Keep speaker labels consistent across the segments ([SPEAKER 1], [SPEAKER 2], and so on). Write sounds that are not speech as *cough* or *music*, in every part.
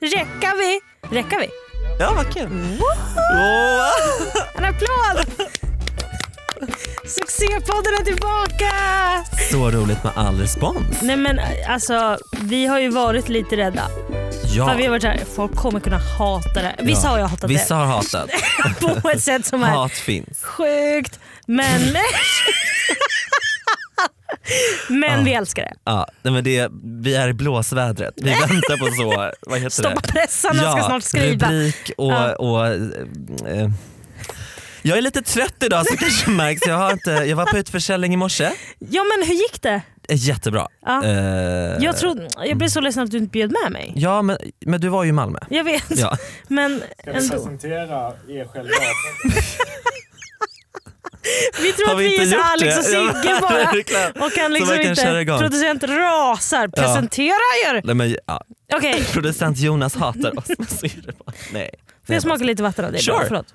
[SPEAKER 1] räcker vi. Räcker vi?
[SPEAKER 2] Ja, vad kul. Wow.
[SPEAKER 1] En applåd! Succépodden är tillbaka!
[SPEAKER 2] Så roligt med all respons.
[SPEAKER 1] Nej men alltså, vi har ju varit lite rädda. För
[SPEAKER 2] Ja,
[SPEAKER 1] vi har varit så här, folk kommer kunna hata det. Vissa
[SPEAKER 2] Ja.
[SPEAKER 1] har ju hatat
[SPEAKER 2] vissa
[SPEAKER 1] *laughs*
[SPEAKER 2] har hatat.
[SPEAKER 1] det på ett sätt som är
[SPEAKER 2] Hat finns.
[SPEAKER 1] sjukt. Men,
[SPEAKER 2] *laughs*
[SPEAKER 1] men vi älskar det.
[SPEAKER 2] Ja, nej men det, vi är i blåsvädret. Vi väntar på så, vad heter
[SPEAKER 1] Stoppa
[SPEAKER 2] det?
[SPEAKER 1] pressarna, jag ska snart skriva.
[SPEAKER 2] rubrik och...
[SPEAKER 1] Ja.
[SPEAKER 2] och eh, jag är lite trött idag så kanske märks. Jag, har inte, jag var på utförsäljning i morse.
[SPEAKER 1] Ja men hur gick det?
[SPEAKER 2] Eh, Jättebra.
[SPEAKER 1] Ja.
[SPEAKER 2] Eh,
[SPEAKER 1] Jag, trodde, jag blev så ledsen att du inte bjöd med mig.
[SPEAKER 2] ja men, men du var ju i Malmö.
[SPEAKER 1] *laughs* Jag vet,
[SPEAKER 2] Ja.
[SPEAKER 1] men
[SPEAKER 3] Ska vi
[SPEAKER 1] ändå.
[SPEAKER 3] presentera er själva?
[SPEAKER 1] Vi tror
[SPEAKER 2] Har
[SPEAKER 1] att
[SPEAKER 2] vi
[SPEAKER 1] vi
[SPEAKER 2] inte
[SPEAKER 1] är så
[SPEAKER 2] gjort
[SPEAKER 1] Alex
[SPEAKER 2] det?
[SPEAKER 1] och Sigge
[SPEAKER 2] Ja, *laughs*
[SPEAKER 1] bara.
[SPEAKER 2] verkligen.
[SPEAKER 1] Och kan
[SPEAKER 2] Så
[SPEAKER 1] liksom
[SPEAKER 2] man kan köra
[SPEAKER 1] inte.
[SPEAKER 2] igång.
[SPEAKER 1] Producent rasar. Presentera er!
[SPEAKER 2] Nej, men, ja.
[SPEAKER 1] Okej,
[SPEAKER 2] Producent Jonas hatar oss. Men så är det bara. Nej. alltså.
[SPEAKER 1] får jag smaka lite vatten av dig?
[SPEAKER 2] Sure.
[SPEAKER 1] Förlåt.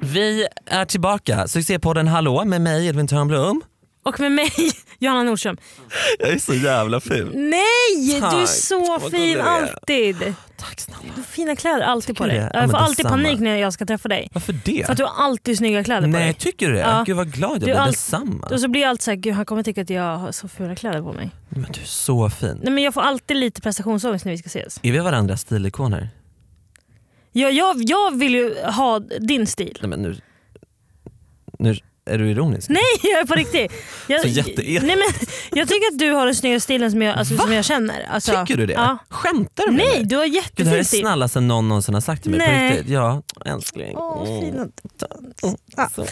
[SPEAKER 2] Vi är tillbaka. Succépodden Hallå med mig Edvin Törnblom.
[SPEAKER 1] Och med mig, *laughs* Johanna Nordström.
[SPEAKER 2] Jag är så jävla ful.
[SPEAKER 1] Nej, du är
[SPEAKER 2] Tack,
[SPEAKER 1] så
[SPEAKER 2] vad
[SPEAKER 1] fin
[SPEAKER 2] gullig du är.
[SPEAKER 1] alltid.
[SPEAKER 2] Tack snälla.
[SPEAKER 1] Fina kläder alltid på
[SPEAKER 2] du
[SPEAKER 1] dig.
[SPEAKER 2] det? Ja,
[SPEAKER 1] Jag
[SPEAKER 2] men
[SPEAKER 1] får alltid
[SPEAKER 2] detsamma.
[SPEAKER 1] panik när jag ska träffa dig.
[SPEAKER 2] Varför det?
[SPEAKER 1] För att du har alltid snygga kläder på
[SPEAKER 2] Nej,
[SPEAKER 1] dig.
[SPEAKER 2] tycker du det?
[SPEAKER 1] Ja.
[SPEAKER 2] Gud vad glad jag
[SPEAKER 1] Du
[SPEAKER 2] blir.
[SPEAKER 1] allt-
[SPEAKER 2] Detsamma.
[SPEAKER 1] Och så blir jag alltid såhär, gud han kommer tycka att jag har så fula kläder på mig.
[SPEAKER 2] Men du är så fin.
[SPEAKER 1] Nej men jag får alltid lite prestationsångest när vi ska ses.
[SPEAKER 2] Är vi varandras stilikoner?
[SPEAKER 1] Jag, jag, jag vill ju ha din stil.
[SPEAKER 2] Nej men nu... Nu är du ironisk.
[SPEAKER 1] Nej *laughs* jag är på riktigt. Jag,
[SPEAKER 2] Så jätteer-
[SPEAKER 1] nej, men, jag tycker att du har den snyggaste stilen som jag, alltså, som jag känner. Alltså,
[SPEAKER 2] Tycker du det?
[SPEAKER 1] Ja.
[SPEAKER 2] Skämtar du med
[SPEAKER 1] Nej
[SPEAKER 2] mig?
[SPEAKER 1] du har
[SPEAKER 2] Gud, det här är
[SPEAKER 1] jättefin stil.
[SPEAKER 2] snallaste någon någonsin har sagt till mig
[SPEAKER 1] Nej.
[SPEAKER 2] på riktigt. Ja, älskling.
[SPEAKER 1] Åh,
[SPEAKER 2] Mm.
[SPEAKER 1] fina.
[SPEAKER 2] Så.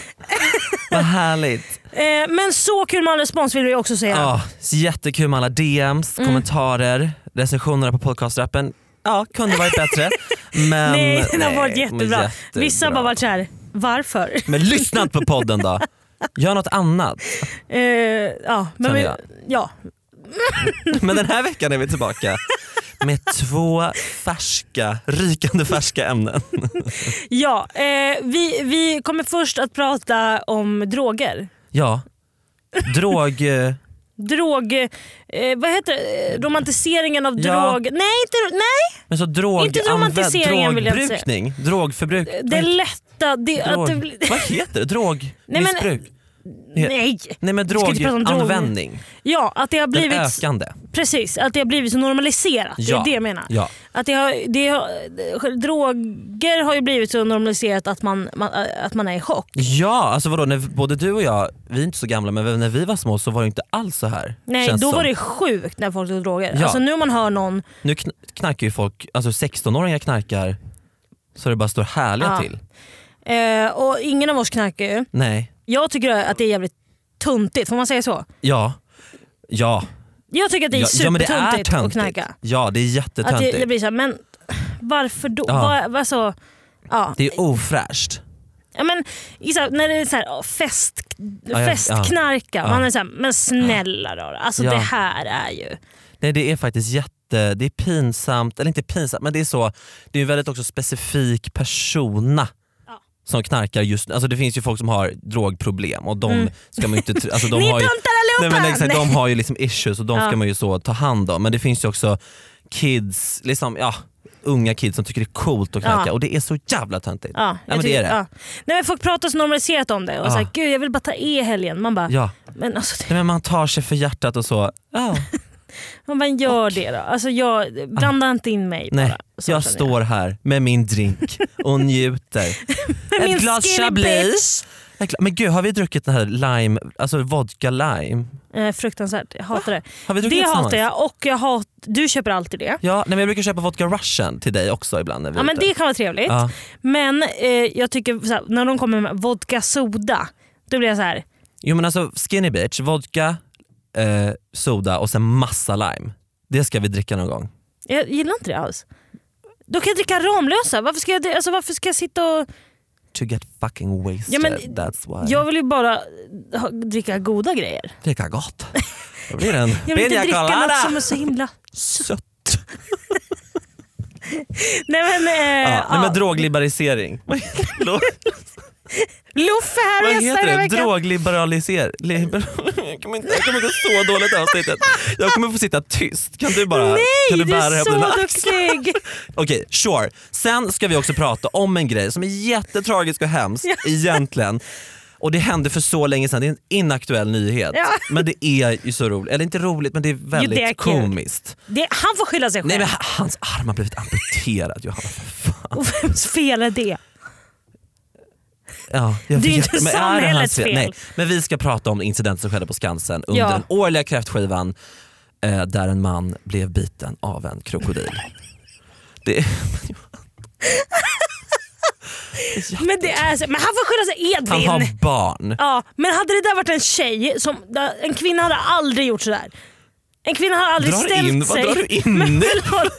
[SPEAKER 2] Vad härligt.
[SPEAKER 1] Eh, men så kul med all respons vill vi också säga.
[SPEAKER 2] Ja, så jättekul med alla DMs,
[SPEAKER 1] Mm.
[SPEAKER 2] kommentarer, recensionerna på podcastappen. Ja, kunde
[SPEAKER 1] *laughs*
[SPEAKER 2] varit bättre. Men,
[SPEAKER 1] nej den har varit
[SPEAKER 2] nej, men
[SPEAKER 1] jättebra. Vissa har bara varit såhär, varför?
[SPEAKER 2] Men lyssnat på podden då. Gör något annat.
[SPEAKER 1] Eh, ja, men
[SPEAKER 2] Känner
[SPEAKER 1] vi,
[SPEAKER 2] jag.
[SPEAKER 1] ja.
[SPEAKER 2] Men den här veckan är vi tillbaka med två färska, rykande färska ämnen.
[SPEAKER 1] ja eh, vi, vi kommer först att prata om droger.
[SPEAKER 2] Ja, drog... eh,
[SPEAKER 1] Drog... Eh, vad heter det? Eh, Romantiseringen av
[SPEAKER 2] Ja.
[SPEAKER 1] drog... Nej, inte, nej
[SPEAKER 2] Men så drog,
[SPEAKER 1] Inte romantiseringen vill jag inte säga.
[SPEAKER 2] drogbrukning, drogförbruk.
[SPEAKER 1] det lätta... Det, att
[SPEAKER 2] drog,
[SPEAKER 1] det, blir-
[SPEAKER 2] Vad heter det?
[SPEAKER 1] men-
[SPEAKER 2] Drogmissbruk?
[SPEAKER 1] *laughs* nej!
[SPEAKER 2] Nej men
[SPEAKER 1] ska inte prata om droger.
[SPEAKER 2] droganvändning,
[SPEAKER 1] Ja, att det har
[SPEAKER 2] den
[SPEAKER 1] blivit...
[SPEAKER 2] ökande.
[SPEAKER 1] Precis, att det har blivit så normaliserat. Det
[SPEAKER 2] Ja.
[SPEAKER 1] är det jag menar.
[SPEAKER 2] Ja.
[SPEAKER 1] Att det har, det har, droger har ju blivit så normaliserat att man, man, att man är i chock.
[SPEAKER 2] Ja, alltså vadå, när både du och jag, vi är inte så gamla men när vi var små så var det inte alls så här.
[SPEAKER 1] Nej,
[SPEAKER 2] känns
[SPEAKER 1] då var
[SPEAKER 2] som.
[SPEAKER 1] det sjukt när folk tog droger.
[SPEAKER 2] Ja.
[SPEAKER 1] Alltså nu om man hör någon
[SPEAKER 2] Nu kn- knarkar ju folk, alltså 16-åringar knarkar så det bara står härliga
[SPEAKER 1] Ja.
[SPEAKER 2] till.
[SPEAKER 1] eh, och ingen av oss knarkar ju.
[SPEAKER 2] Nej,
[SPEAKER 1] Jag tycker att det är jävligt tuntigt, får man säga så?
[SPEAKER 2] ja, ja.
[SPEAKER 1] Jag tycker att det är
[SPEAKER 2] ja, ja men det
[SPEAKER 1] supertuntigt
[SPEAKER 2] är
[SPEAKER 1] att
[SPEAKER 2] töntigt.
[SPEAKER 1] knarka.
[SPEAKER 2] Ja det är
[SPEAKER 1] Att
[SPEAKER 2] jättetöntigt.
[SPEAKER 1] det, det blir såhär, men varför då?
[SPEAKER 2] Ja.
[SPEAKER 1] Vad, vad så, ja.
[SPEAKER 2] det är ofräscht.
[SPEAKER 1] Ja, men, i så här, när det är så här, ja, fest,
[SPEAKER 2] ja,
[SPEAKER 1] festknarka,
[SPEAKER 2] ja.
[SPEAKER 1] man är såhär, men snälla då. Alltså
[SPEAKER 2] Ja.
[SPEAKER 1] det här är ju...
[SPEAKER 2] Nej det är faktiskt jätte, det är pinsamt, eller inte pinsamt men det är så, det är en väldigt också specifik persona
[SPEAKER 1] Ja.
[SPEAKER 2] som knarkar just nu. Alltså det finns ju folk som har drogproblem och de
[SPEAKER 1] Mm.
[SPEAKER 2] ska man ju inte, tr- alltså de
[SPEAKER 1] Ni
[SPEAKER 2] har ju,
[SPEAKER 1] tuntar
[SPEAKER 2] nej,
[SPEAKER 1] allihopa!
[SPEAKER 2] men exakt, de har ju liksom issues och de
[SPEAKER 1] Ja.
[SPEAKER 2] ska man ju så ta hand om. Men det finns ju också kids, liksom, ja, unga kids som tycker det är coolt att knarka
[SPEAKER 1] Ja.
[SPEAKER 2] och det är så jävla töntigt.
[SPEAKER 1] Ja, jag
[SPEAKER 2] men det
[SPEAKER 1] tycker-
[SPEAKER 2] är det.
[SPEAKER 1] Ja. Nej, men folk pratar så normaliserat om det och
[SPEAKER 2] Ja.
[SPEAKER 1] säger gud jag vill bara ta E i helgen. Man bara,
[SPEAKER 2] Ja.
[SPEAKER 1] men alltså, det-
[SPEAKER 2] Nej, men man tar sig för hjärtat och så, ja,
[SPEAKER 1] man bara gör det då. Alltså, jag, blanda inte in mig
[SPEAKER 2] nej.
[SPEAKER 1] bara. *laughs* Så
[SPEAKER 2] Jag
[SPEAKER 1] känner
[SPEAKER 2] står här med min drink och njuter.
[SPEAKER 1] *laughs* Med min
[SPEAKER 2] Ett glas
[SPEAKER 1] skinny
[SPEAKER 2] chablis. Ett gla- Men gud, har vi druckit den här lime, alltså vodka lime?
[SPEAKER 1] Eh, fruktansvärt, jag hatar det.
[SPEAKER 2] Har vi druckit
[SPEAKER 1] Det
[SPEAKER 2] tillsammans?
[SPEAKER 1] hatar jag och jag hat, du köper alltid det.
[SPEAKER 2] Ja, nej, men jag brukar köpa vodka russian till dig också ibland när vi är
[SPEAKER 1] Ja, men
[SPEAKER 2] ute.
[SPEAKER 1] det kan vara trevligt.
[SPEAKER 2] Ja.
[SPEAKER 1] Men eh, jag tycker så här, när de kommer med vodka soda, då blir jag så här.
[SPEAKER 2] Jo men alltså skinny bitch, vodka, eh, soda och sen massa lime. Det ska vi dricka någon gång.
[SPEAKER 1] jag gillar inte det alls. Då kan jag dricka Ramlösa. Varför ska jag, alltså, varför ska jag sitta och...
[SPEAKER 2] To get fucking wasted,
[SPEAKER 1] Ja, men-
[SPEAKER 2] that's why.
[SPEAKER 1] Jag vill ju bara ha, dricka goda grejer.
[SPEAKER 2] Dricka gott. Då
[SPEAKER 1] *laughs*
[SPEAKER 2] blir det en
[SPEAKER 1] Jag vill
[SPEAKER 2] piña
[SPEAKER 1] inte dricka
[SPEAKER 2] colada.
[SPEAKER 1] något som är så himla...
[SPEAKER 2] Sött.
[SPEAKER 1] Nej men... Eh,
[SPEAKER 2] Ja,
[SPEAKER 1] ja. *laughs*
[SPEAKER 2] Ah, Nej, men drogliberalisering.
[SPEAKER 1] Luffe här och gästar
[SPEAKER 2] Vad
[SPEAKER 1] den här
[SPEAKER 2] heter det?
[SPEAKER 1] veckan.
[SPEAKER 2] Drogliberaliser... Liber... *laughs* Jag kommer inte- jag kommer gå så dåligt i avsnittet. Jag kommer få sitta tyst. Kan du bara
[SPEAKER 1] Nej,
[SPEAKER 2] kan du
[SPEAKER 1] du
[SPEAKER 2] bära det här
[SPEAKER 1] är
[SPEAKER 2] på dina
[SPEAKER 1] så duktig.
[SPEAKER 2] Okej, sure. Sen ska vi också prata om en grej som är jättetragisk och hemsk egentligen. Och det hände för så länge sedan, det är en inaktuell nyhet.
[SPEAKER 1] Ja.
[SPEAKER 2] Men det är ju så roligt, eller inte roligt men det är väldigt
[SPEAKER 1] det är kul.
[SPEAKER 2] komiskt.
[SPEAKER 1] Det, han får skylla sig själv.
[SPEAKER 2] Nej men hans arm har blivit amputerad Johanna.
[SPEAKER 1] Och vems fel är det?
[SPEAKER 2] Ja, jag
[SPEAKER 1] Det är
[SPEAKER 2] vet,
[SPEAKER 1] inte
[SPEAKER 2] men är det
[SPEAKER 1] samhällets
[SPEAKER 2] hans
[SPEAKER 1] fel.
[SPEAKER 2] Nej, men vi ska prata om incidenten som skedde på Skansen under
[SPEAKER 1] Ja.
[SPEAKER 2] den årliga kräftskivan eh, där en man blev biten av en krokodil. det,
[SPEAKER 1] Men, det är, så- men han får skylla sig
[SPEAKER 2] han
[SPEAKER 1] Edvin.
[SPEAKER 2] har barn.
[SPEAKER 1] Ja, men hade det där varit en tjej, som, en kvinna hade aldrig gjort sådär. En kvinna hade aldrig
[SPEAKER 2] Drar
[SPEAKER 1] ställt
[SPEAKER 2] in, vad
[SPEAKER 1] sig.
[SPEAKER 2] drar du in nu?
[SPEAKER 1] Förlåt.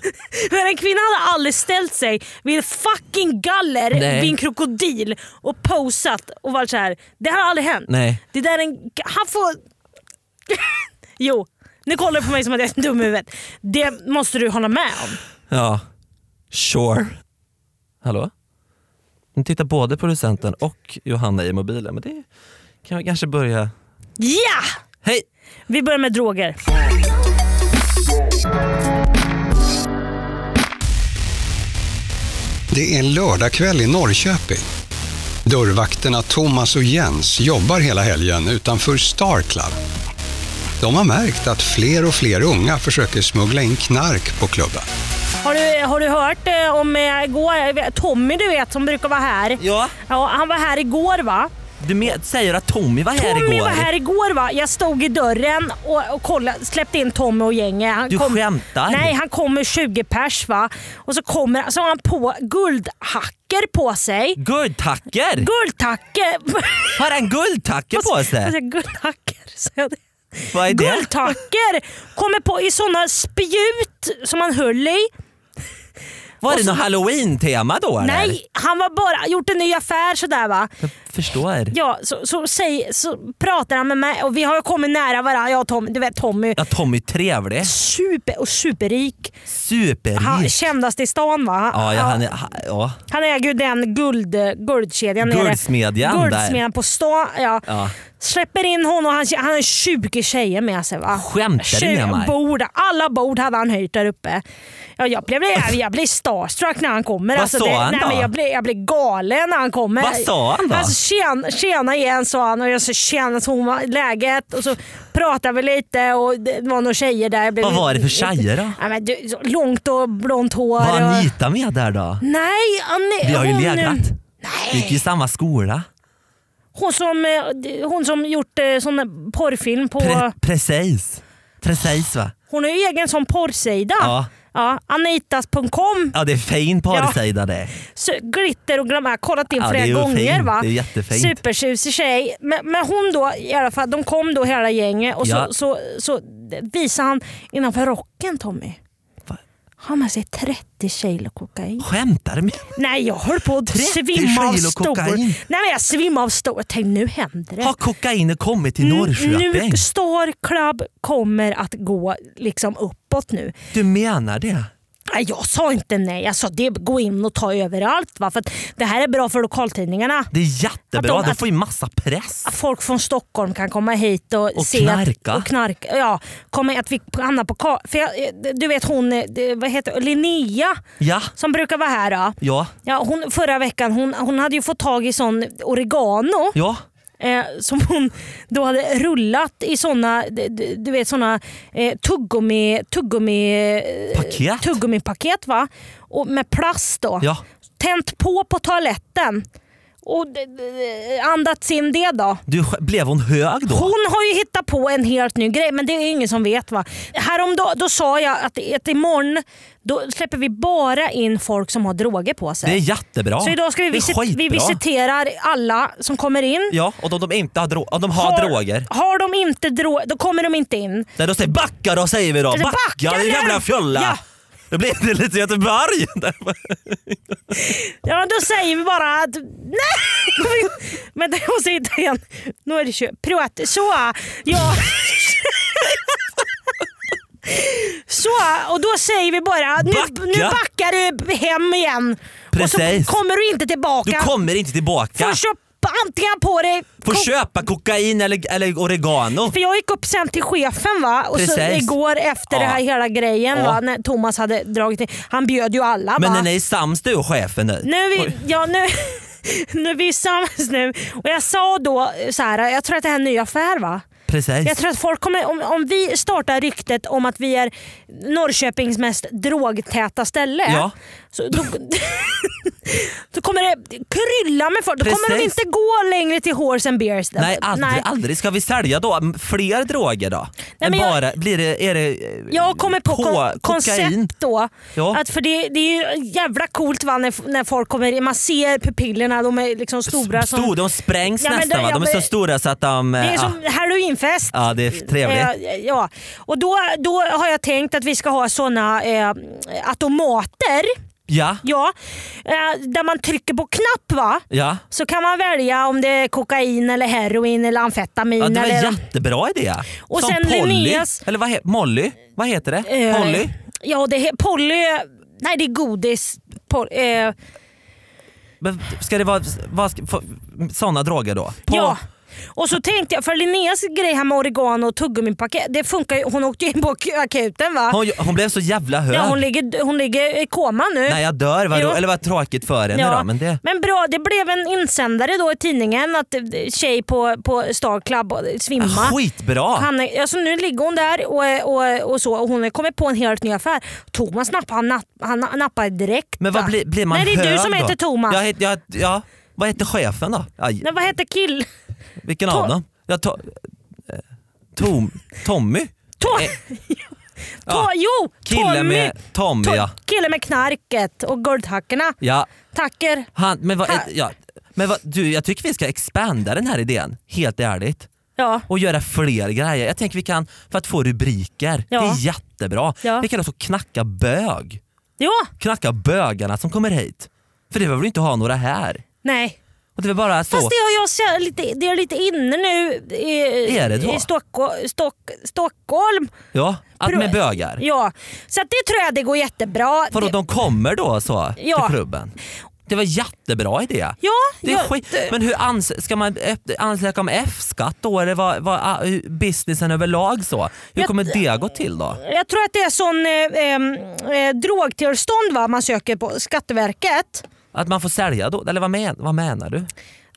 [SPEAKER 1] Men en kvinna hade aldrig ställt sig vid en fucking galler
[SPEAKER 2] Nej.
[SPEAKER 1] vid en krokodil och posat och varit så här. Det har aldrig hänt.
[SPEAKER 2] Nej.
[SPEAKER 1] Det där är en... Han får... *laughs* jo, nu kollar du på mig som att jag är dum i huvudet. Det måste du hålla med om.
[SPEAKER 2] Ja, sure. Hallå? Nu tittar både producenten och Johanna i mobilen, men det kan vi kanske börja...
[SPEAKER 1] Ja!
[SPEAKER 2] Hej!
[SPEAKER 1] Vi börjar med droger.
[SPEAKER 3] Det är en lördagkväll i Norrköping. Dörrvakterna Thomas och Jens jobbar hela helgen utanför Star Club. De har märkt att fler och fler unga försöker smuggla in knark på klubben.
[SPEAKER 1] Har du, har du hört eh, om eh, igår, Tommy du vet som brukar vara här.
[SPEAKER 2] Ja,
[SPEAKER 1] Ja, han var här igår va?
[SPEAKER 2] du med, säger att Tommy var här
[SPEAKER 1] Tommy
[SPEAKER 2] igår?
[SPEAKER 1] var här igår va? Jag stod i dörren och, och kollade, släppte in Tommy och gänget. Han
[SPEAKER 2] Du
[SPEAKER 1] kom,
[SPEAKER 2] skämtar?
[SPEAKER 1] Nej, han kommer 20 pers va. Och så, kommer, så har han på guldhacker på sig.
[SPEAKER 2] Guldtacker?
[SPEAKER 1] Guldtacke!
[SPEAKER 2] har han guldtacker på
[SPEAKER 1] *laughs* Jag sa
[SPEAKER 2] sig?
[SPEAKER 1] Guldhacker sa jag det.
[SPEAKER 2] Vad är det?
[SPEAKER 1] Guldtacker! Kommer på i sådana spjut som han höll i.
[SPEAKER 2] Var det något halloween-tema då? eller?
[SPEAKER 1] Nej, han var bara gjort en ny affär sådär va.
[SPEAKER 2] Jag förstår. Ja.
[SPEAKER 1] Ja, så, så, säg, så pratar han med mig och vi har ju kommit nära varandra, jag och Tommy. Du vet Tommy,
[SPEAKER 2] Tommy är trevlig.
[SPEAKER 1] super, och superrik. Han,
[SPEAKER 2] Superrik.
[SPEAKER 1] kändast i stan va? Han,
[SPEAKER 2] Ja, ja, han är... ha- Ja.
[SPEAKER 1] han äger ju den guld, guldkedjan nere.
[SPEAKER 2] Guldsmedjan där.
[SPEAKER 1] Guldsmedjan på stan. Ja.
[SPEAKER 2] Ja.
[SPEAKER 1] Släpper in honom, han, han har 20 tjejer med sig va?
[SPEAKER 2] Skämtar du med mig?
[SPEAKER 1] bord, alla bord hade han höjt där uppe. Ja, jag, blev, jag blev starstruck när han kommer. Alltså,
[SPEAKER 2] Vad sa han
[SPEAKER 1] nej,
[SPEAKER 2] då?
[SPEAKER 1] men jag, blev, jag blev galen när han kommer.
[SPEAKER 2] Vad sa han då?
[SPEAKER 1] Alltså, tjena, tjena igen sa han och jag sa tjena Thomas, läget? Och så pratade vi lite och det var några tjejer där. Jag blev
[SPEAKER 2] Vad var det för tjejer då?
[SPEAKER 1] Ja, men, du, så långt och blont hår.
[SPEAKER 2] Var
[SPEAKER 1] och...
[SPEAKER 2] Anita med där då?
[SPEAKER 1] Nej, Anne,
[SPEAKER 2] Vi har ju
[SPEAKER 1] hon, eh,
[SPEAKER 2] legat. Vi gick ju
[SPEAKER 1] Nej,
[SPEAKER 2] i samma skola.
[SPEAKER 1] hon som, eh, hon som gjort eh, sån porrfilm på...
[SPEAKER 2] Pre- precis. Precis va?
[SPEAKER 1] Hon har ju egen sån porrsida.
[SPEAKER 2] Ja.
[SPEAKER 1] Ja, Anitas.com.
[SPEAKER 2] Ja det är fin porrsida det.
[SPEAKER 1] Sö- Glitter och glamour. Kollat in
[SPEAKER 2] Ja, det är
[SPEAKER 1] flera
[SPEAKER 2] ju
[SPEAKER 1] gånger
[SPEAKER 2] fint.
[SPEAKER 1] va.
[SPEAKER 2] Det är jättefint.
[SPEAKER 1] Supertjusig tjej. Men, men hon då i alla fall. De kom då hela gänget och
[SPEAKER 2] Ja.
[SPEAKER 1] så, så, så visade han innanför rocken Tommy.
[SPEAKER 2] Va?
[SPEAKER 1] Han har med sig 30 kilo kokain.
[SPEAKER 2] Skämtar du med
[SPEAKER 1] Nej jag höll på att
[SPEAKER 2] 30
[SPEAKER 1] svimma av
[SPEAKER 2] kilo
[SPEAKER 1] stor.
[SPEAKER 2] kokain?
[SPEAKER 1] Nej men jag svimmade av stor. Jag tänkte nu händer det.
[SPEAKER 2] Har kokainet kommit till Norrköping?
[SPEAKER 1] Mm, Nu Star Club kommer att gå liksom uppåt nu.
[SPEAKER 2] Du menar det?
[SPEAKER 1] Nej, jag sa inte nej. Jag sa det, gå in och ta överallt. Va? För att det här är bra för lokaltidningarna.
[SPEAKER 2] Det är jättebra,
[SPEAKER 1] Att de-
[SPEAKER 2] de får ju massa press.
[SPEAKER 1] Folk från Stockholm kan komma hit och,
[SPEAKER 2] Och
[SPEAKER 1] se
[SPEAKER 2] knarka.
[SPEAKER 1] Att, och knarka. Ja, komma att vi hamnar på ka- för jag, Du vet hon, eh, det- vad heter hon? Linnea
[SPEAKER 2] Ja,
[SPEAKER 1] som brukar vara här. Då.
[SPEAKER 2] ja,
[SPEAKER 1] Ja, hon, förra veckan hon, hon hade ju fått tag i sån oregano
[SPEAKER 2] ja.
[SPEAKER 1] eh, som hon då hade rullat i såna, d- d- du vet, såna eh, tuggummi, tuggummi, eh,
[SPEAKER 2] Paket.
[SPEAKER 1] tuggummipaket va? Och med plast då.
[SPEAKER 2] ja.
[SPEAKER 1] tänt på på toaletten och d- d- andats in det då.
[SPEAKER 2] Du, sk- blev hon hög då?
[SPEAKER 1] Hon har ju hittat på en helt ny grej men det är ingen som vet. va. Häromdagen då sa jag att, att imorgon då släpper vi bara in folk som har droger på sig.
[SPEAKER 2] Det är jättebra.
[SPEAKER 1] Så idag ska vi,
[SPEAKER 2] Det är
[SPEAKER 1] visit- vi
[SPEAKER 2] skitbra.
[SPEAKER 1] visiterar alla som kommer in.
[SPEAKER 2] Ja, och om de, inte har, dro- om de har, droger,
[SPEAKER 1] Har de inte droger då kommer de inte in.
[SPEAKER 2] nej, då säger backa då säger vi då.
[SPEAKER 1] Alltså,
[SPEAKER 2] Backa,
[SPEAKER 1] backa
[SPEAKER 2] din
[SPEAKER 1] nu!
[SPEAKER 2] jävla fjolla.
[SPEAKER 1] Ja.
[SPEAKER 2] Det blir det lite Göteborg.
[SPEAKER 1] Ja, då säger vi bara att nej! *laughs* Men jag måste hitta igen. Nu är det kö. Prat. Så, ja. *laughs* Så, och då säger vi bara nu,
[SPEAKER 2] Backa.
[SPEAKER 1] nu backar du hem igen. Och
[SPEAKER 2] Precis.
[SPEAKER 1] så kommer du inte tillbaka.
[SPEAKER 2] Du kommer inte tillbaka.
[SPEAKER 1] Först så antingen på dig
[SPEAKER 2] Får
[SPEAKER 1] ko-
[SPEAKER 2] köpa kokain eller, eller oregano.
[SPEAKER 1] För jag gick upp sen till chefen va? Och så
[SPEAKER 2] Precis.
[SPEAKER 1] igår efter
[SPEAKER 2] Ja.
[SPEAKER 1] det här hela grejen
[SPEAKER 2] Ja.
[SPEAKER 1] va? När Thomas hade dragit in. Han bjöd ju alla
[SPEAKER 2] Men
[SPEAKER 1] va?
[SPEAKER 2] när ni är sams du och chefen nu?
[SPEAKER 1] Nu är vi,
[SPEAKER 2] Oj.
[SPEAKER 1] ja, nu, *laughs* nu är vi sams nu. Och jag sa då så här, jag tror att det här är en ny affär va?
[SPEAKER 2] Precis.
[SPEAKER 1] Jag tror att folk kommer, om, om vi startar ryktet om att vi är Norrköpings mest drogtäta ställe.
[SPEAKER 2] Ja.
[SPEAKER 1] Så då, *laughs* då kommer det krylla med folk. Då kommer de
[SPEAKER 2] Precis.
[SPEAKER 1] inte gå längre till Horse and Beers.
[SPEAKER 2] Nej aldrig,
[SPEAKER 1] Nej.
[SPEAKER 2] aldrig. Ska vi sälja då fler droger då? Än
[SPEAKER 1] men jag-
[SPEAKER 2] bara, blir det, är det eh,
[SPEAKER 1] Jag kommer på,
[SPEAKER 2] K-
[SPEAKER 1] kon-
[SPEAKER 2] kokain?
[SPEAKER 1] koncept då.
[SPEAKER 2] Ja.
[SPEAKER 1] Att för det, det är ju jävla coolt va, när, när folk kommer in. Man ser pupillerna, de är liksom stora. som-
[SPEAKER 2] Stor, de sprängs
[SPEAKER 1] Ja, men
[SPEAKER 2] nästan
[SPEAKER 1] det-
[SPEAKER 2] va?
[SPEAKER 1] ja,
[SPEAKER 2] De är
[SPEAKER 1] men-
[SPEAKER 2] så stora så att de... eh,
[SPEAKER 1] det är
[SPEAKER 2] ja.
[SPEAKER 1] som halloweenfest.
[SPEAKER 2] ja det är trevligt.
[SPEAKER 1] Eh, ja. Och då, då har jag tänkt att vi ska ha såna eh, automater.
[SPEAKER 2] Ja,
[SPEAKER 1] Ja, eh, där man trycker på knapp va.
[SPEAKER 2] ja.
[SPEAKER 1] Så kan man välja om det är kokain, eller heroin eller amfetamin.
[SPEAKER 2] Ja, det var
[SPEAKER 1] eller,
[SPEAKER 2] en jättebra idé.
[SPEAKER 1] Och
[SPEAKER 2] Som
[SPEAKER 1] sen
[SPEAKER 2] Polly,
[SPEAKER 1] Linneas-
[SPEAKER 2] eller vad he- Molly? Vad heter det?
[SPEAKER 1] Eh,
[SPEAKER 2] Polly?
[SPEAKER 1] Ja, det är Polly. Nej, det är godis. Pol, eh,
[SPEAKER 2] Men ska det vara vad ska, få- såna droger då? På-
[SPEAKER 1] Ja. Och så tänkte jag, för Linneas grej här med oregano och tuggummipaket, det funkar ju. Hon åkte ju in på ak- akuten va?
[SPEAKER 2] Hon, hon blev så jävla hög.
[SPEAKER 1] ja, hon, ligger, hon ligger i koma nu.
[SPEAKER 2] Nej jag dör, vad,
[SPEAKER 1] Jo.
[SPEAKER 2] eller vad tråkigt för henne
[SPEAKER 1] Ja,
[SPEAKER 2] då. Men det,
[SPEAKER 1] men bra, det blev en insändare då i tidningen att eh, tjej på, på Star Club eh, svimma.
[SPEAKER 2] skitbra!
[SPEAKER 1] Han, är- alltså nu ligger hon där och, eh, och, och så och hon har kommit på en helt ny affär. Thomas nappar, han, napp, han nappar direkt.
[SPEAKER 2] Men vad
[SPEAKER 1] va?
[SPEAKER 2] blir, blir man
[SPEAKER 1] Nej det är du
[SPEAKER 2] hög
[SPEAKER 1] som
[SPEAKER 2] då?
[SPEAKER 1] heter Thomas.
[SPEAKER 2] Jag, het- jag, ja, vad heter chefen då? Aj,
[SPEAKER 1] Nej, vad heter kill?
[SPEAKER 2] vilken
[SPEAKER 1] To-
[SPEAKER 2] av dem? Jag to, eh, Tom, Tommy?
[SPEAKER 1] To-
[SPEAKER 2] Eh,
[SPEAKER 1] *laughs* To-
[SPEAKER 2] ja.
[SPEAKER 1] Jo!
[SPEAKER 2] Killen
[SPEAKER 1] Tommy!
[SPEAKER 2] med Tommy
[SPEAKER 1] To-
[SPEAKER 2] ja.
[SPEAKER 1] Killen med knarket och guldhackorna.
[SPEAKER 2] ja.
[SPEAKER 1] Tacker.
[SPEAKER 2] Han, men vad,
[SPEAKER 1] Ha-
[SPEAKER 2] ja. Men vad, du, jag tycker vi ska expandera den här idén, helt ärligt.
[SPEAKER 1] Ja.
[SPEAKER 2] Och göra fler grejer. Jag tänker vi kan, för att få rubriker,
[SPEAKER 1] Ja.
[SPEAKER 2] det är jättebra.
[SPEAKER 1] Ja.
[SPEAKER 2] Vi kan alltså knacka bög.
[SPEAKER 1] Ja.
[SPEAKER 2] Knacka bögarna som kommer hit. För det behöver du inte ha några här.
[SPEAKER 1] Nej.
[SPEAKER 2] Och det är bara så.
[SPEAKER 1] Fast det har jag sett lite, det är lite inne nu i,
[SPEAKER 2] Är det då?
[SPEAKER 1] i Stocko- Stock, Stockholm.
[SPEAKER 2] Ja, att
[SPEAKER 1] Pro-
[SPEAKER 2] med bögar.
[SPEAKER 1] Ja. Så att det tror jag det går jättebra.
[SPEAKER 2] Vadå,
[SPEAKER 1] det,
[SPEAKER 2] de kommer då så
[SPEAKER 1] Ja.
[SPEAKER 2] till klubben? Det var jättebra idé.
[SPEAKER 1] ja,
[SPEAKER 2] Det är
[SPEAKER 1] ja,
[SPEAKER 2] skit.
[SPEAKER 1] det-
[SPEAKER 2] Men hur ans- ska man öpp- ansöka om F-skatt då? Eller vad, vad, ah, hur- businessen överlag så? Hur
[SPEAKER 1] Jag-
[SPEAKER 2] kommer det gå till då?
[SPEAKER 1] Jag tror att det är sån eh, em, eh, drogtillstånd va, man söker på Skatteverket.
[SPEAKER 2] Att man får sälja då? Eller vad, men, vad menar du?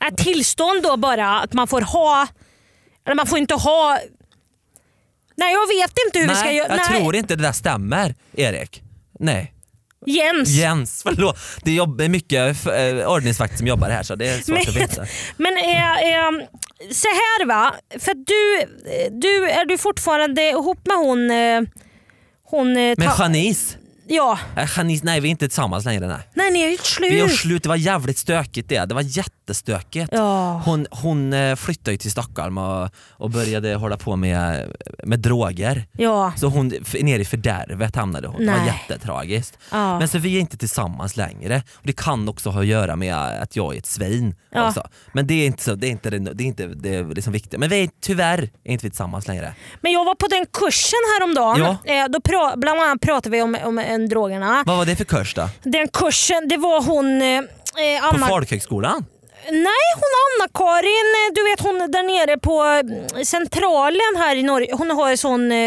[SPEAKER 1] Äh, tillstånd då bara att man får ha, eller man får inte ha Nej jag vet inte hur vi ska
[SPEAKER 2] Nej,
[SPEAKER 1] göra.
[SPEAKER 2] jag tror inte det där stämmer Erik. Nej.
[SPEAKER 1] Jens.
[SPEAKER 2] Jens, *laughs* förlåt. Det är jobb- det är mycket eh, ordningsvakt som jobbar här så det är svårt att veta.
[SPEAKER 1] *laughs* Men eh, eh, så här va, för att du, eh, du, är du fortfarande ihop med hon... Eh, hon eh,
[SPEAKER 2] Men
[SPEAKER 1] ta-
[SPEAKER 2] Janice,
[SPEAKER 1] ja.
[SPEAKER 2] eh, Janice, nej vi är inte tillsammans längre. Nej.
[SPEAKER 1] Nej ni är ju slut.
[SPEAKER 2] Vi gör slut, det var jävligt stökigt det. Det var jättestökigt.
[SPEAKER 1] Ja.
[SPEAKER 2] Hon, hon eh, flyttade ju till Stockholm och, och började hålla på med, med droger.
[SPEAKER 1] Ja.
[SPEAKER 2] Så hon f- ner i fördärvet hamnade hon. Det var
[SPEAKER 1] Nej.
[SPEAKER 2] jättetragiskt.
[SPEAKER 1] Ja.
[SPEAKER 2] Men så vi är inte tillsammans längre. Och det kan också ha att göra med att jag är ett svin.
[SPEAKER 1] Ja.
[SPEAKER 2] Också. Men det är inte, så, det är inte, det, det är inte det är liksom viktiga. Men vi är, tyvärr är inte vi tillsammans längre.
[SPEAKER 1] Men jag var på den kursen häromdagen.
[SPEAKER 2] Ja.
[SPEAKER 1] Eh, då pra- bland annat pratade vi om, om en drogerna.
[SPEAKER 2] Vad var det för kurs då?
[SPEAKER 1] Den kursen, det var hon eh, eh,
[SPEAKER 2] På
[SPEAKER 1] Anna...
[SPEAKER 2] folkhögskolan?
[SPEAKER 1] Nej hon Anna-Karin, eh, du vet hon där nere på eh, centralen här i Norge. Hon har en sån, eh,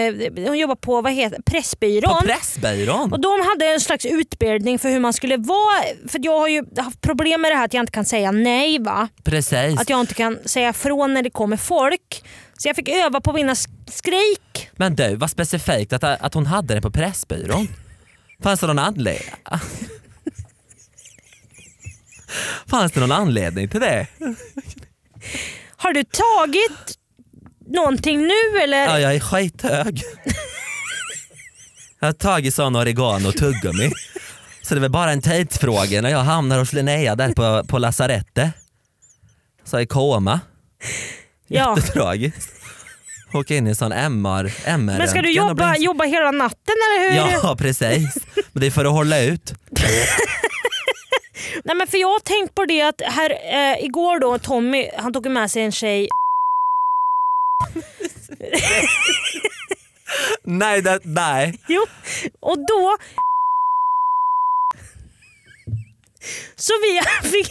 [SPEAKER 1] hon jobbar på vad heter Pressbyrån.
[SPEAKER 2] På Pressbyrån?
[SPEAKER 1] Och de hade en slags utbildning för hur man skulle vara. För jag har ju haft problem med det här att jag inte kan säga nej. va?
[SPEAKER 2] Precis.
[SPEAKER 1] Att jag inte kan säga från när det kommer folk. Så jag fick öva på mina sk- skrik.
[SPEAKER 2] Men du, vad specifikt att, att hon hade det på Pressbyrån. Fanns det någon anledning? *laughs* Fanns det någon anledning till det?
[SPEAKER 1] Har du tagit någonting nu eller?
[SPEAKER 2] Ja, jag är skithög. Jag har tagit sån oregano och tuggummi. Så det är väl bara en tidsfråga när jag hamnar hos Linnea där på, på lasarettet. Så i koma.
[SPEAKER 1] Ja.
[SPEAKER 2] Jättetragiskt. Åka in i en sån MR, MR
[SPEAKER 1] Men ska du jobba, jobba hela natten eller hur?
[SPEAKER 2] Ja precis. Men det är för att hålla ut.
[SPEAKER 1] Nej, men för jag har tänkt på det att här, eh, igår då Tommy han tog med sig en tjej.
[SPEAKER 2] Nej, det, nej.
[SPEAKER 1] Jo. Och då... Så vi *laughs* fick...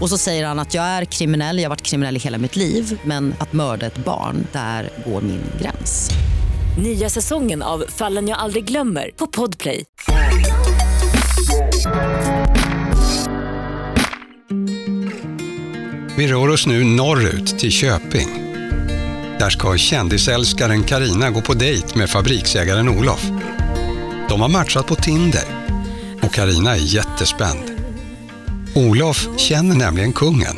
[SPEAKER 4] Och så säger han att jag är kriminell, jag har varit kriminell i hela mitt liv men att mörda ett barn, där går min gräns.
[SPEAKER 5] Nya säsongen av Fallen jag aldrig glömmer på Podplay.
[SPEAKER 3] Vi rör oss nu norrut till Köping. Där ska kändisälskaren Karina gå på dejt med fabriksägaren Olof. De har matchat på Tinder och Karina är jättespänd. Olof känner nämligen kungen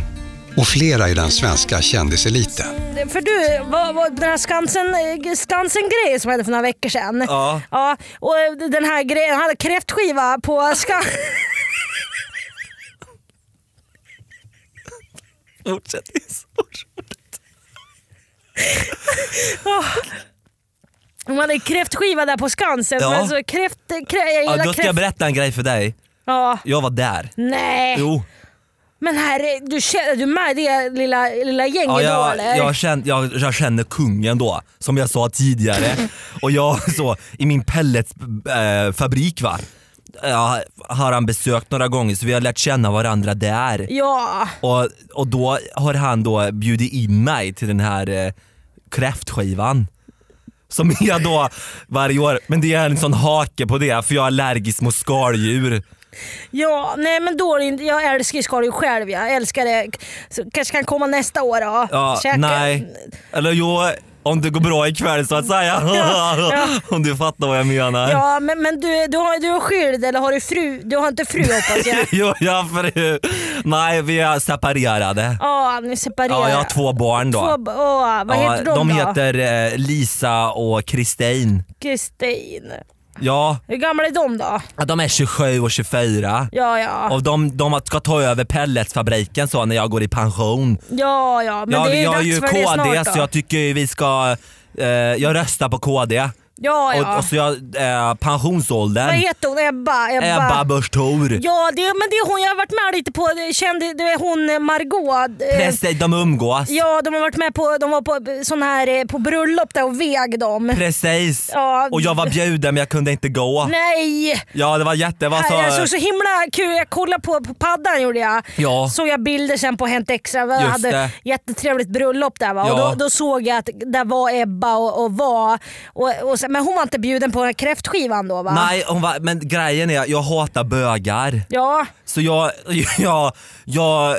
[SPEAKER 3] och flera i den svenska kändiseliten.
[SPEAKER 1] För du, vad, vad, den här Skansen-grejen Skansen som hände för några veckor sedan.
[SPEAKER 2] Ja.
[SPEAKER 1] Ja, och eh, den här grejen, han hade kräftskiva på
[SPEAKER 2] *laughs*
[SPEAKER 1] Skansen.
[SPEAKER 2] fortsätta. Det är så roligt.
[SPEAKER 1] De hade kräftskiva där på Skansen.
[SPEAKER 2] Ja.
[SPEAKER 1] Men så kräft, eh, krä, jag
[SPEAKER 2] Ja,
[SPEAKER 1] gillar
[SPEAKER 2] då ska jag
[SPEAKER 1] kräft-
[SPEAKER 2] berätta en grej för dig.
[SPEAKER 1] Ja.
[SPEAKER 2] Jag var där.
[SPEAKER 1] Nej,
[SPEAKER 2] Jo.
[SPEAKER 1] men herre, du känner du med det lilla, lilla gänget
[SPEAKER 2] Ja,
[SPEAKER 1] då
[SPEAKER 2] jag,
[SPEAKER 1] eller?
[SPEAKER 2] jag, känner, jag, jag känner kungen då, som jag sa tidigare. Och jag *laughs* så, i min pelletsfabrik va, ja, har han besökt några gånger så vi har lärt känna varandra där.
[SPEAKER 1] Ja,
[SPEAKER 2] Och, och då har han då bjudit in mig till den här eh, kräftskivan. Som *laughs* jag då varje år, men det är en sån hake på det för jag är allergisk mot skaldjur.
[SPEAKER 1] ja, nej men då är det inte- jag älskar ju skaldjur själv. Jag älskar det. Så kanske kan komma nästa år då.
[SPEAKER 2] Ja,
[SPEAKER 1] Käka-
[SPEAKER 2] nej. Eller jo, om det går bra ikväll så att säga. *laughs* om du fattar vad jag menar.
[SPEAKER 1] Ja, men, men du, du, har, du är skild eller har du fru? Du har inte fru hoppas jag.
[SPEAKER 2] *laughs* Jo, jag fru. Nej, vi är separerade.
[SPEAKER 1] Ja, ni separerar.
[SPEAKER 2] Ja, jag har två barn då.
[SPEAKER 1] Två, åh, vad
[SPEAKER 2] ja,
[SPEAKER 1] heter de, då?
[SPEAKER 2] heter eh, Lisa och Kristin.
[SPEAKER 1] Kristin.
[SPEAKER 2] Ja,
[SPEAKER 1] Hur gamla är de då?
[SPEAKER 2] de är 27 och 24.
[SPEAKER 1] Ja, ja.
[SPEAKER 2] Och de, de ska ta över pelletsfabriken så när jag går i pension.
[SPEAKER 1] Ja, ja. Men
[SPEAKER 2] ja,
[SPEAKER 1] det är ju
[SPEAKER 2] jag
[SPEAKER 1] dags
[SPEAKER 2] ju
[SPEAKER 1] för det
[SPEAKER 2] KD
[SPEAKER 1] snart då.
[SPEAKER 2] så jag tycker ju vi ska... Eh, jag röstar på KD.
[SPEAKER 1] Ja, ja.
[SPEAKER 2] Och, och så jag, eh, pensionsåldern.
[SPEAKER 1] vad heter hon? Ebba? Ebba.
[SPEAKER 2] Ebba Busch Thor.
[SPEAKER 1] Ja, det, men det är hon. Jag har varit med lite på, kände, det är hon eh, Margot. eh,
[SPEAKER 2] Precis, de umgås.
[SPEAKER 1] Ja, de har varit med på, de var på sån här, eh, på bröllop där och veg dem.
[SPEAKER 2] Precis.
[SPEAKER 1] Ja.
[SPEAKER 2] Och jag var bjuden men jag kunde inte gå.
[SPEAKER 1] Nej!
[SPEAKER 2] Ja, det var jätte... Vad
[SPEAKER 1] Alltså,
[SPEAKER 2] sa
[SPEAKER 1] jag såg så himla kul Jag kollade på, på paddan gjorde jag.
[SPEAKER 2] Ja.
[SPEAKER 1] Såg jag bilder sen på Hänt Extra. Vi
[SPEAKER 2] Just
[SPEAKER 1] hade
[SPEAKER 2] det.
[SPEAKER 1] jättetrevligt bröllop där. Va? Och
[SPEAKER 2] Ja.
[SPEAKER 1] då, då såg jag att där var Ebba och, och var. Och, och sen, men hon var inte bjuden på den här kräftskivan då va?
[SPEAKER 2] Nej, hon var, men grejen är jag hatar bögar.
[SPEAKER 1] Ja,
[SPEAKER 2] Så jag, *laughs* jag, jag,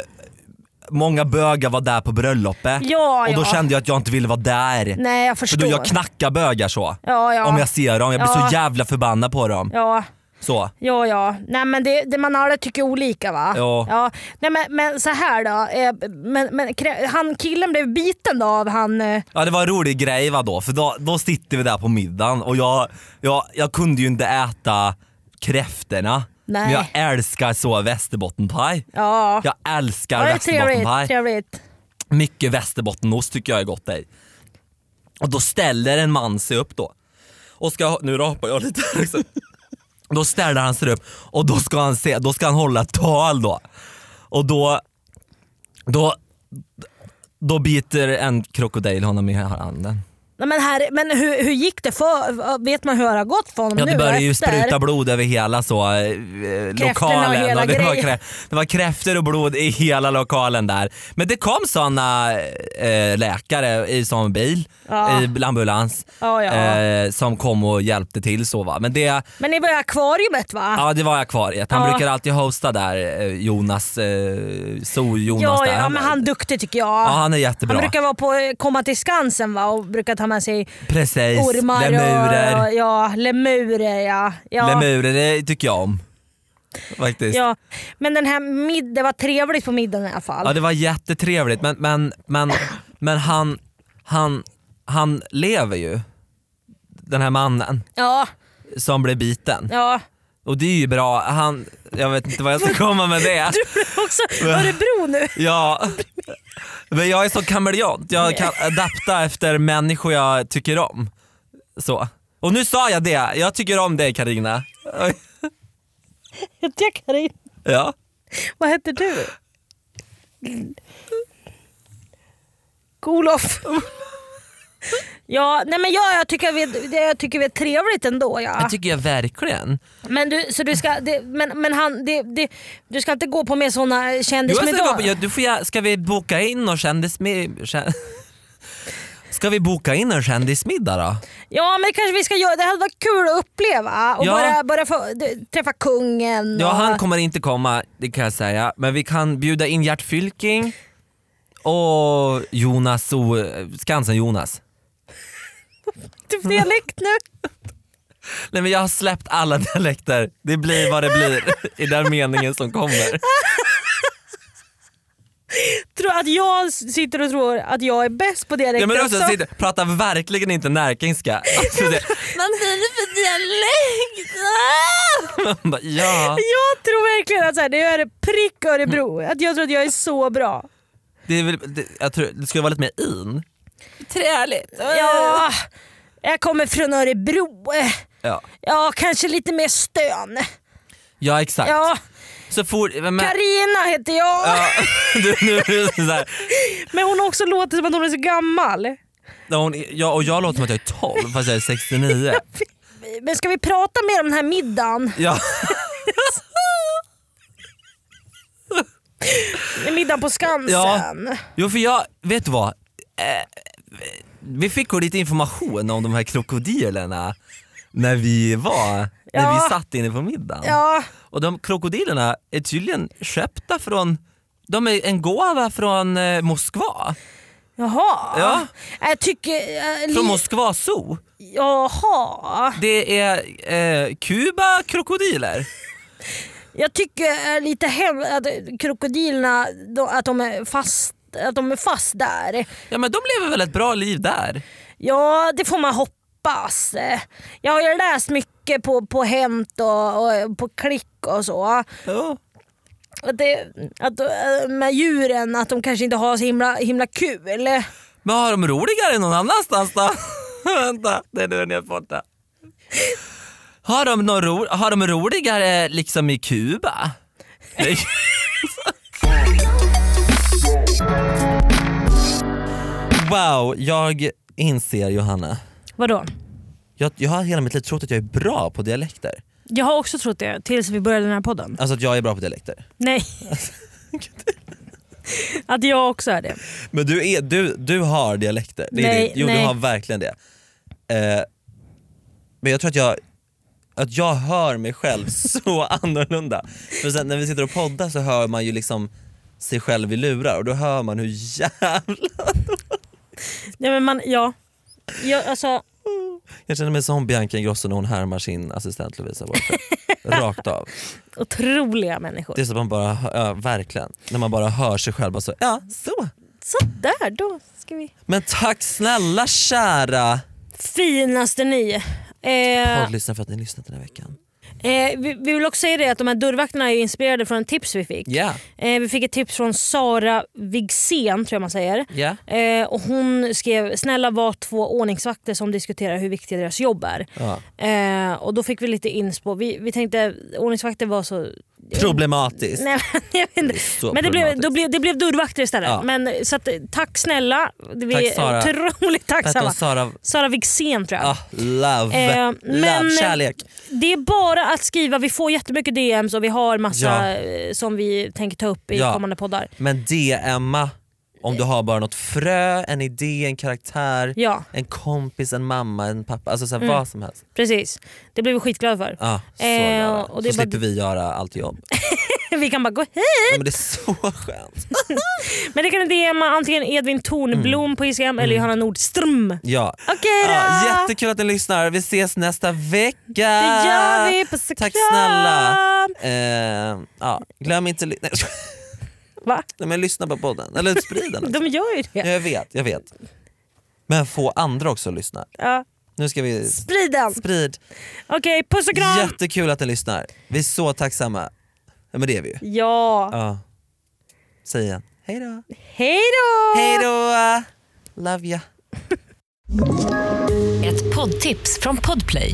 [SPEAKER 2] många bögar var där på bröllopet
[SPEAKER 1] Ja,
[SPEAKER 2] och då
[SPEAKER 1] ja.
[SPEAKER 2] kände jag att jag inte ville vara där.
[SPEAKER 1] nej jag
[SPEAKER 2] För
[SPEAKER 1] förstår.
[SPEAKER 2] då jag knackar bögar så.
[SPEAKER 1] Ja, ja.
[SPEAKER 2] Om jag ser dem, jag blir
[SPEAKER 1] Ja.
[SPEAKER 2] så jävla förbannad på dem.
[SPEAKER 1] ja.
[SPEAKER 2] Så.
[SPEAKER 1] Ja, ja. Nej, men det, det man alla tycker olika va?
[SPEAKER 2] Ja.
[SPEAKER 1] Nej, men, men så här då. Eh, Men, men, krä- han killen blev biten då av han... eh,
[SPEAKER 2] Ja det var en rolig grej va då, för då, då sitter vi där på middagen och jag, jag, jag kunde ju inte äta kräftorna.
[SPEAKER 1] Nej.
[SPEAKER 2] Men jag älskar så västerbottenpaj.
[SPEAKER 1] Ja.
[SPEAKER 2] Jag älskar
[SPEAKER 1] Ja, det är
[SPEAKER 2] västerbottenpaj.
[SPEAKER 1] trevligt. trevligt.
[SPEAKER 2] Mycket västerbottenost tycker jag är gott i. Och då ställer en man sig upp då. Och ska, nu rapar jag lite
[SPEAKER 1] *laughs*
[SPEAKER 2] här också. Då ställer han sig upp och då ska han, se, då ska han hålla ett tal då. Och då, då, då biter en krokodil honom i handen.
[SPEAKER 1] Nej, men här, men hur, hur gick det? För, vet man hur det har gått för honom
[SPEAKER 2] Ja,
[SPEAKER 1] nu?
[SPEAKER 2] det började ju
[SPEAKER 1] efter?
[SPEAKER 2] spruta blod över hela så, eh, lokalen.
[SPEAKER 1] hela
[SPEAKER 2] det, var
[SPEAKER 1] grejen.
[SPEAKER 2] krä, det var kräftor och blod i hela lokalen där. Men det kom såna eh, läkare i sån bil,
[SPEAKER 1] Ja.
[SPEAKER 2] i ambulans,
[SPEAKER 1] Ja, ja.
[SPEAKER 2] Eh, som kom och hjälpte till. Så, va? Men det,
[SPEAKER 1] Men ni var i akvariet va?
[SPEAKER 2] ja, det var akvariet. Han
[SPEAKER 1] Ja.
[SPEAKER 2] brukar alltid hosta där, eh, Jonas, eh, Sol-Jonas.
[SPEAKER 1] ja,
[SPEAKER 2] där.
[SPEAKER 1] ja, men han är duktig tycker jag.
[SPEAKER 2] ja, han är jättebra.
[SPEAKER 1] han brukar vara på, eh, komma till Skansen va? och brukar ta med sig
[SPEAKER 2] Precis,
[SPEAKER 1] ormar
[SPEAKER 2] lemurer.
[SPEAKER 1] och ja, lemurer. Ja. Ja.
[SPEAKER 2] Lemurer det tycker jag om. Faktiskt.
[SPEAKER 1] Ja. Men den här middagen, det var trevligt på middagen i alla fall.
[SPEAKER 2] Ja det var jättetrevligt men, men, men, men han, han, han lever ju. Den här mannen
[SPEAKER 1] Ja,
[SPEAKER 2] som blev biten.
[SPEAKER 1] ja.
[SPEAKER 2] Och det är ju bra. Han, jag vet inte vad jag ska komma med det.
[SPEAKER 1] Du blev också
[SPEAKER 2] *laughs*
[SPEAKER 1] Örebro nu.
[SPEAKER 2] Ja. Men jag är så kameleont. Jag kan adapta efter människor jag tycker om. Så. Och nu sa jag det, jag tycker om dig Karina.
[SPEAKER 1] Hette jag Karin?
[SPEAKER 2] Ja.
[SPEAKER 1] Vad heter du? Golof. Ja, nej men jag, jag, tycker vi, det- jag tycker vi är trevligt ändå. Ja.
[SPEAKER 2] Det tycker jag verkligen.
[SPEAKER 1] Men, du, så du, ska, det, men, men han, det, det, du ska inte gå på med såna
[SPEAKER 2] Du, alltså,
[SPEAKER 1] kändismiddagar?
[SPEAKER 2] ja, du får, jag- ska vi boka in och kändis... med- kä- *laughs* Ska vi boka in en kändismiddag då?
[SPEAKER 1] Ja men det kanske vi ska göra. Det hade varit kul att uppleva och
[SPEAKER 2] Ja.
[SPEAKER 1] bara, bara få du, träffa kungen.
[SPEAKER 2] Ja,
[SPEAKER 1] och,
[SPEAKER 2] han kommer inte komma, det kan jag säga. Men vi kan bjuda in Gert Fylking och Jonas o... Skansen-Jonas.
[SPEAKER 1] Typ dialekt nu.
[SPEAKER 2] Nej men jag har släppt alla *laughs* dialekter. Det blir vad det blir *laughs* i den meningen som *laughs* kommer.
[SPEAKER 1] Tror att jag sitter och tror att jag är bäst på dialekter
[SPEAKER 2] Ja, men också,
[SPEAKER 1] också.
[SPEAKER 2] sitter, pratar verkligen inte *laughs* närkingska. Alltså, det,
[SPEAKER 1] Vad blir det för dialekt? Ah!
[SPEAKER 2] man bara, ja, Mm.
[SPEAKER 1] Jag tror verkligen att så här, det är prick Örebro. Att jag tror att jag är så bra.
[SPEAKER 2] det, är väl, det, jag tror, det skulle vara lite mer in.
[SPEAKER 1] Trevligt. Ja, jag kommer från Örebro.
[SPEAKER 2] Ja,
[SPEAKER 1] Ja, kanske lite mer stön.
[SPEAKER 2] ja exakt.
[SPEAKER 1] Ja,
[SPEAKER 2] Så fort, men,
[SPEAKER 1] Karina heter jag.
[SPEAKER 2] ja, *laughs* du, nu, är det så här,
[SPEAKER 1] Men hon har också låtit som att hon är så gammal.
[SPEAKER 2] när hon, jag, och jag låter som att jag är 12 fast jag är 69.
[SPEAKER 1] Men ska vi prata mer om den här middagen?
[SPEAKER 2] Ja,
[SPEAKER 1] Middagen på Skansen.
[SPEAKER 2] Ja. jo för jag, vet du vad? Eh, vi fick ju lite information om de här krokodilerna när vi var, när
[SPEAKER 1] Ja.
[SPEAKER 2] vi satt inne på middagen.
[SPEAKER 1] Ja,
[SPEAKER 2] Och de krokodilerna är tydligen köpta från, de är en gåva från eh, Moskva.
[SPEAKER 1] jaha.
[SPEAKER 2] Ja.
[SPEAKER 1] Jag tycker... eh, li-
[SPEAKER 2] Från Moskva Zoo.
[SPEAKER 1] Jaha.
[SPEAKER 2] Det är eh, Kuba krokodiler.
[SPEAKER 1] Jag tycker eh, lite hemskt att krokodilerna, de- att de är fast att de är fast där.
[SPEAKER 2] Ja men de lever väl ett bra liv där?
[SPEAKER 1] Ja, det får man hoppas. Eh, Jag har ju läst mycket på, på Hämt och, och på Klick och så.
[SPEAKER 2] Ja.
[SPEAKER 1] Att det, att, eh, med djuren, att de kanske inte har så himla, himla kul.
[SPEAKER 2] Men har de roligare någon annanstans då? *laughs* Vänta, det är nu ni har fått det. Har de, någon ro, har de roligare liksom i Kuba? Nej. *laughs* wow, jag inser Johanna.
[SPEAKER 1] Vadå?
[SPEAKER 2] Jag, jag har hela mitt liv trott att jag är bra på dialekter.
[SPEAKER 1] Jag har också trott det tills vi började den här podden.
[SPEAKER 2] Alltså att jag är bra på dialekter.
[SPEAKER 1] *laughs* Nej. att jag också är det.
[SPEAKER 2] Men du, är, du, du har dialekter. Det är
[SPEAKER 1] Nej,
[SPEAKER 2] det. Jo
[SPEAKER 1] nej.
[SPEAKER 2] du har verkligen det. Eh, men jag tror att jag, att jag hör mig själv *laughs* så annorlunda. För sen när vi sitter och poddar så hör man ju liksom sig själv i lurar och då hör man hur jävla...
[SPEAKER 1] Ja, men man, ja. Jag, alltså,
[SPEAKER 2] Jag känner mig som Bianca Ingrosso när hon härmar sin assistent
[SPEAKER 1] *laughs*
[SPEAKER 2] Lovisa Walker. Rakt av.
[SPEAKER 1] otroliga människor.
[SPEAKER 2] Det är så att man bara, hör- ja, verkligen. När man bara hör sig själv bara så, ja så.
[SPEAKER 1] Så där då ska vi...
[SPEAKER 2] Men tack snälla kära
[SPEAKER 1] Finaste ni. Eh,
[SPEAKER 2] poddlyssnare för att ni lyssnat den här veckan.
[SPEAKER 1] eh, vi, vi vill också säga det att de här dörrvakterna är ju inspirerade från ett tips vi fick.
[SPEAKER 2] Ja,
[SPEAKER 1] Eh, vi fick ett tips från Sara Vigzén tror jag man säger.
[SPEAKER 2] ja.
[SPEAKER 1] Eh, och hon skrev “Snälla var två ordningsvakter som diskuterar hur viktiga deras jobb är”.
[SPEAKER 2] Ja.
[SPEAKER 1] Eh, och då fick vi lite inspo. Vi, vi tänkte ordningsvakter var så...
[SPEAKER 2] Problematiskt.
[SPEAKER 1] Eh, Nej, men, *laughs* jag vet inte.
[SPEAKER 2] Så
[SPEAKER 1] men det blev,
[SPEAKER 2] problematiskt.
[SPEAKER 1] då blev, det blev dörrvakter istället.
[SPEAKER 2] Ja.
[SPEAKER 1] Men, så att, tack snälla. Vi
[SPEAKER 2] Tack,
[SPEAKER 1] är
[SPEAKER 2] Sara.
[SPEAKER 1] otroligt
[SPEAKER 2] Vad hette
[SPEAKER 1] tacksamma.
[SPEAKER 2] hon? Sara...
[SPEAKER 1] Sara Wigzén tror jag.
[SPEAKER 2] Ah, love.
[SPEAKER 1] Eh, men-
[SPEAKER 2] love. Kärlek.
[SPEAKER 1] Det är bara att skriva. Vi får jättemycket DMs och vi har massa
[SPEAKER 2] Ja.
[SPEAKER 1] eh, som vi tänker ta upp i
[SPEAKER 2] Ja.
[SPEAKER 1] kommande poddar.
[SPEAKER 2] Men DMa om du har bara något frö, en idé, en karaktär,
[SPEAKER 1] Eh. Ja,
[SPEAKER 2] en kompis, en mamma, en pappa. Alltså så här, vad som helst.
[SPEAKER 1] precis. Det blir vi skitglada för.
[SPEAKER 2] Ah, så
[SPEAKER 1] Eh,
[SPEAKER 2] jävla.
[SPEAKER 1] och
[SPEAKER 2] och
[SPEAKER 1] det är
[SPEAKER 2] så
[SPEAKER 1] bara-
[SPEAKER 2] slipper vi göra allt jobb.
[SPEAKER 1] *laughs* Vi kan bara gå hej.
[SPEAKER 2] Ja, men det är så skönt.
[SPEAKER 1] Men det kan ni DMa antingen Edvin Tornblom på Instagram eller Johanna Nordström.
[SPEAKER 2] Mm. Ja.
[SPEAKER 1] Okej då!
[SPEAKER 2] Ah, jättekul att ni lyssnar. Vi ses nästa vecka.
[SPEAKER 1] det gör vi. Puss och
[SPEAKER 2] Tack
[SPEAKER 1] kram.
[SPEAKER 2] snälla. Eh, ja, glöm inte... Li- nej, *laughs*
[SPEAKER 1] Va?
[SPEAKER 2] Nej, men lyssna på podden. Eller
[SPEAKER 1] *laughs*
[SPEAKER 2] sprid den.
[SPEAKER 1] De gör ju
[SPEAKER 2] Ja,
[SPEAKER 1] det.
[SPEAKER 2] jag vet, jag vet. Men få andra också att lyssna.
[SPEAKER 1] Ja.
[SPEAKER 2] Nu ska vi...
[SPEAKER 1] Sprid den.
[SPEAKER 2] Sprid.
[SPEAKER 1] Okej, puss och kram.
[SPEAKER 2] Jättekul att ni lyssnar. Vi är så tacksamma. Ja, men det är vi ju.
[SPEAKER 1] Ja.
[SPEAKER 2] Ja. Säg igen. Hej då.
[SPEAKER 1] Hej då!
[SPEAKER 2] Hej då. Love ya.
[SPEAKER 5] Ett poddtips från Podplay.